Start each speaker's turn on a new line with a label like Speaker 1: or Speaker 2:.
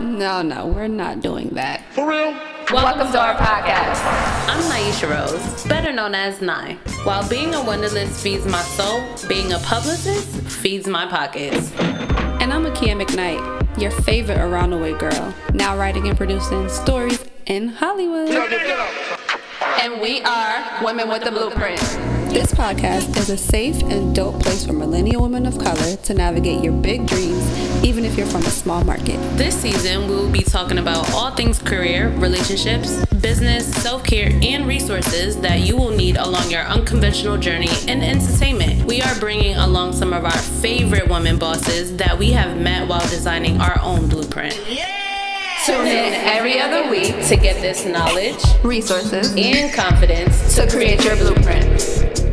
Speaker 1: No, no, we're not doing that.
Speaker 2: For real?
Speaker 3: Welcome, to our podcast. I'm Naisha Rose, better known as Nye. While being a Wonderlist feeds my soul, being a publicist feeds my pockets.
Speaker 1: And I'm Akia McKnight, your favorite around the way girl, now writing and producing stories in Hollywood.
Speaker 3: And we are Women with the Blueprint.
Speaker 1: This podcast is a safe and dope place for millennial women of color to navigate your big dreams, even if you're from a small market.
Speaker 3: This season, we will be talking about all things career, relationships, business, self care, and resources that you will need along your unconventional journey in entertainment. We are bringing along some of our favorite women bosses that we have met while designing our own blueprint. Tune in every other week to get this knowledge
Speaker 1: Resources.
Speaker 3: and confidence to create your blueprint.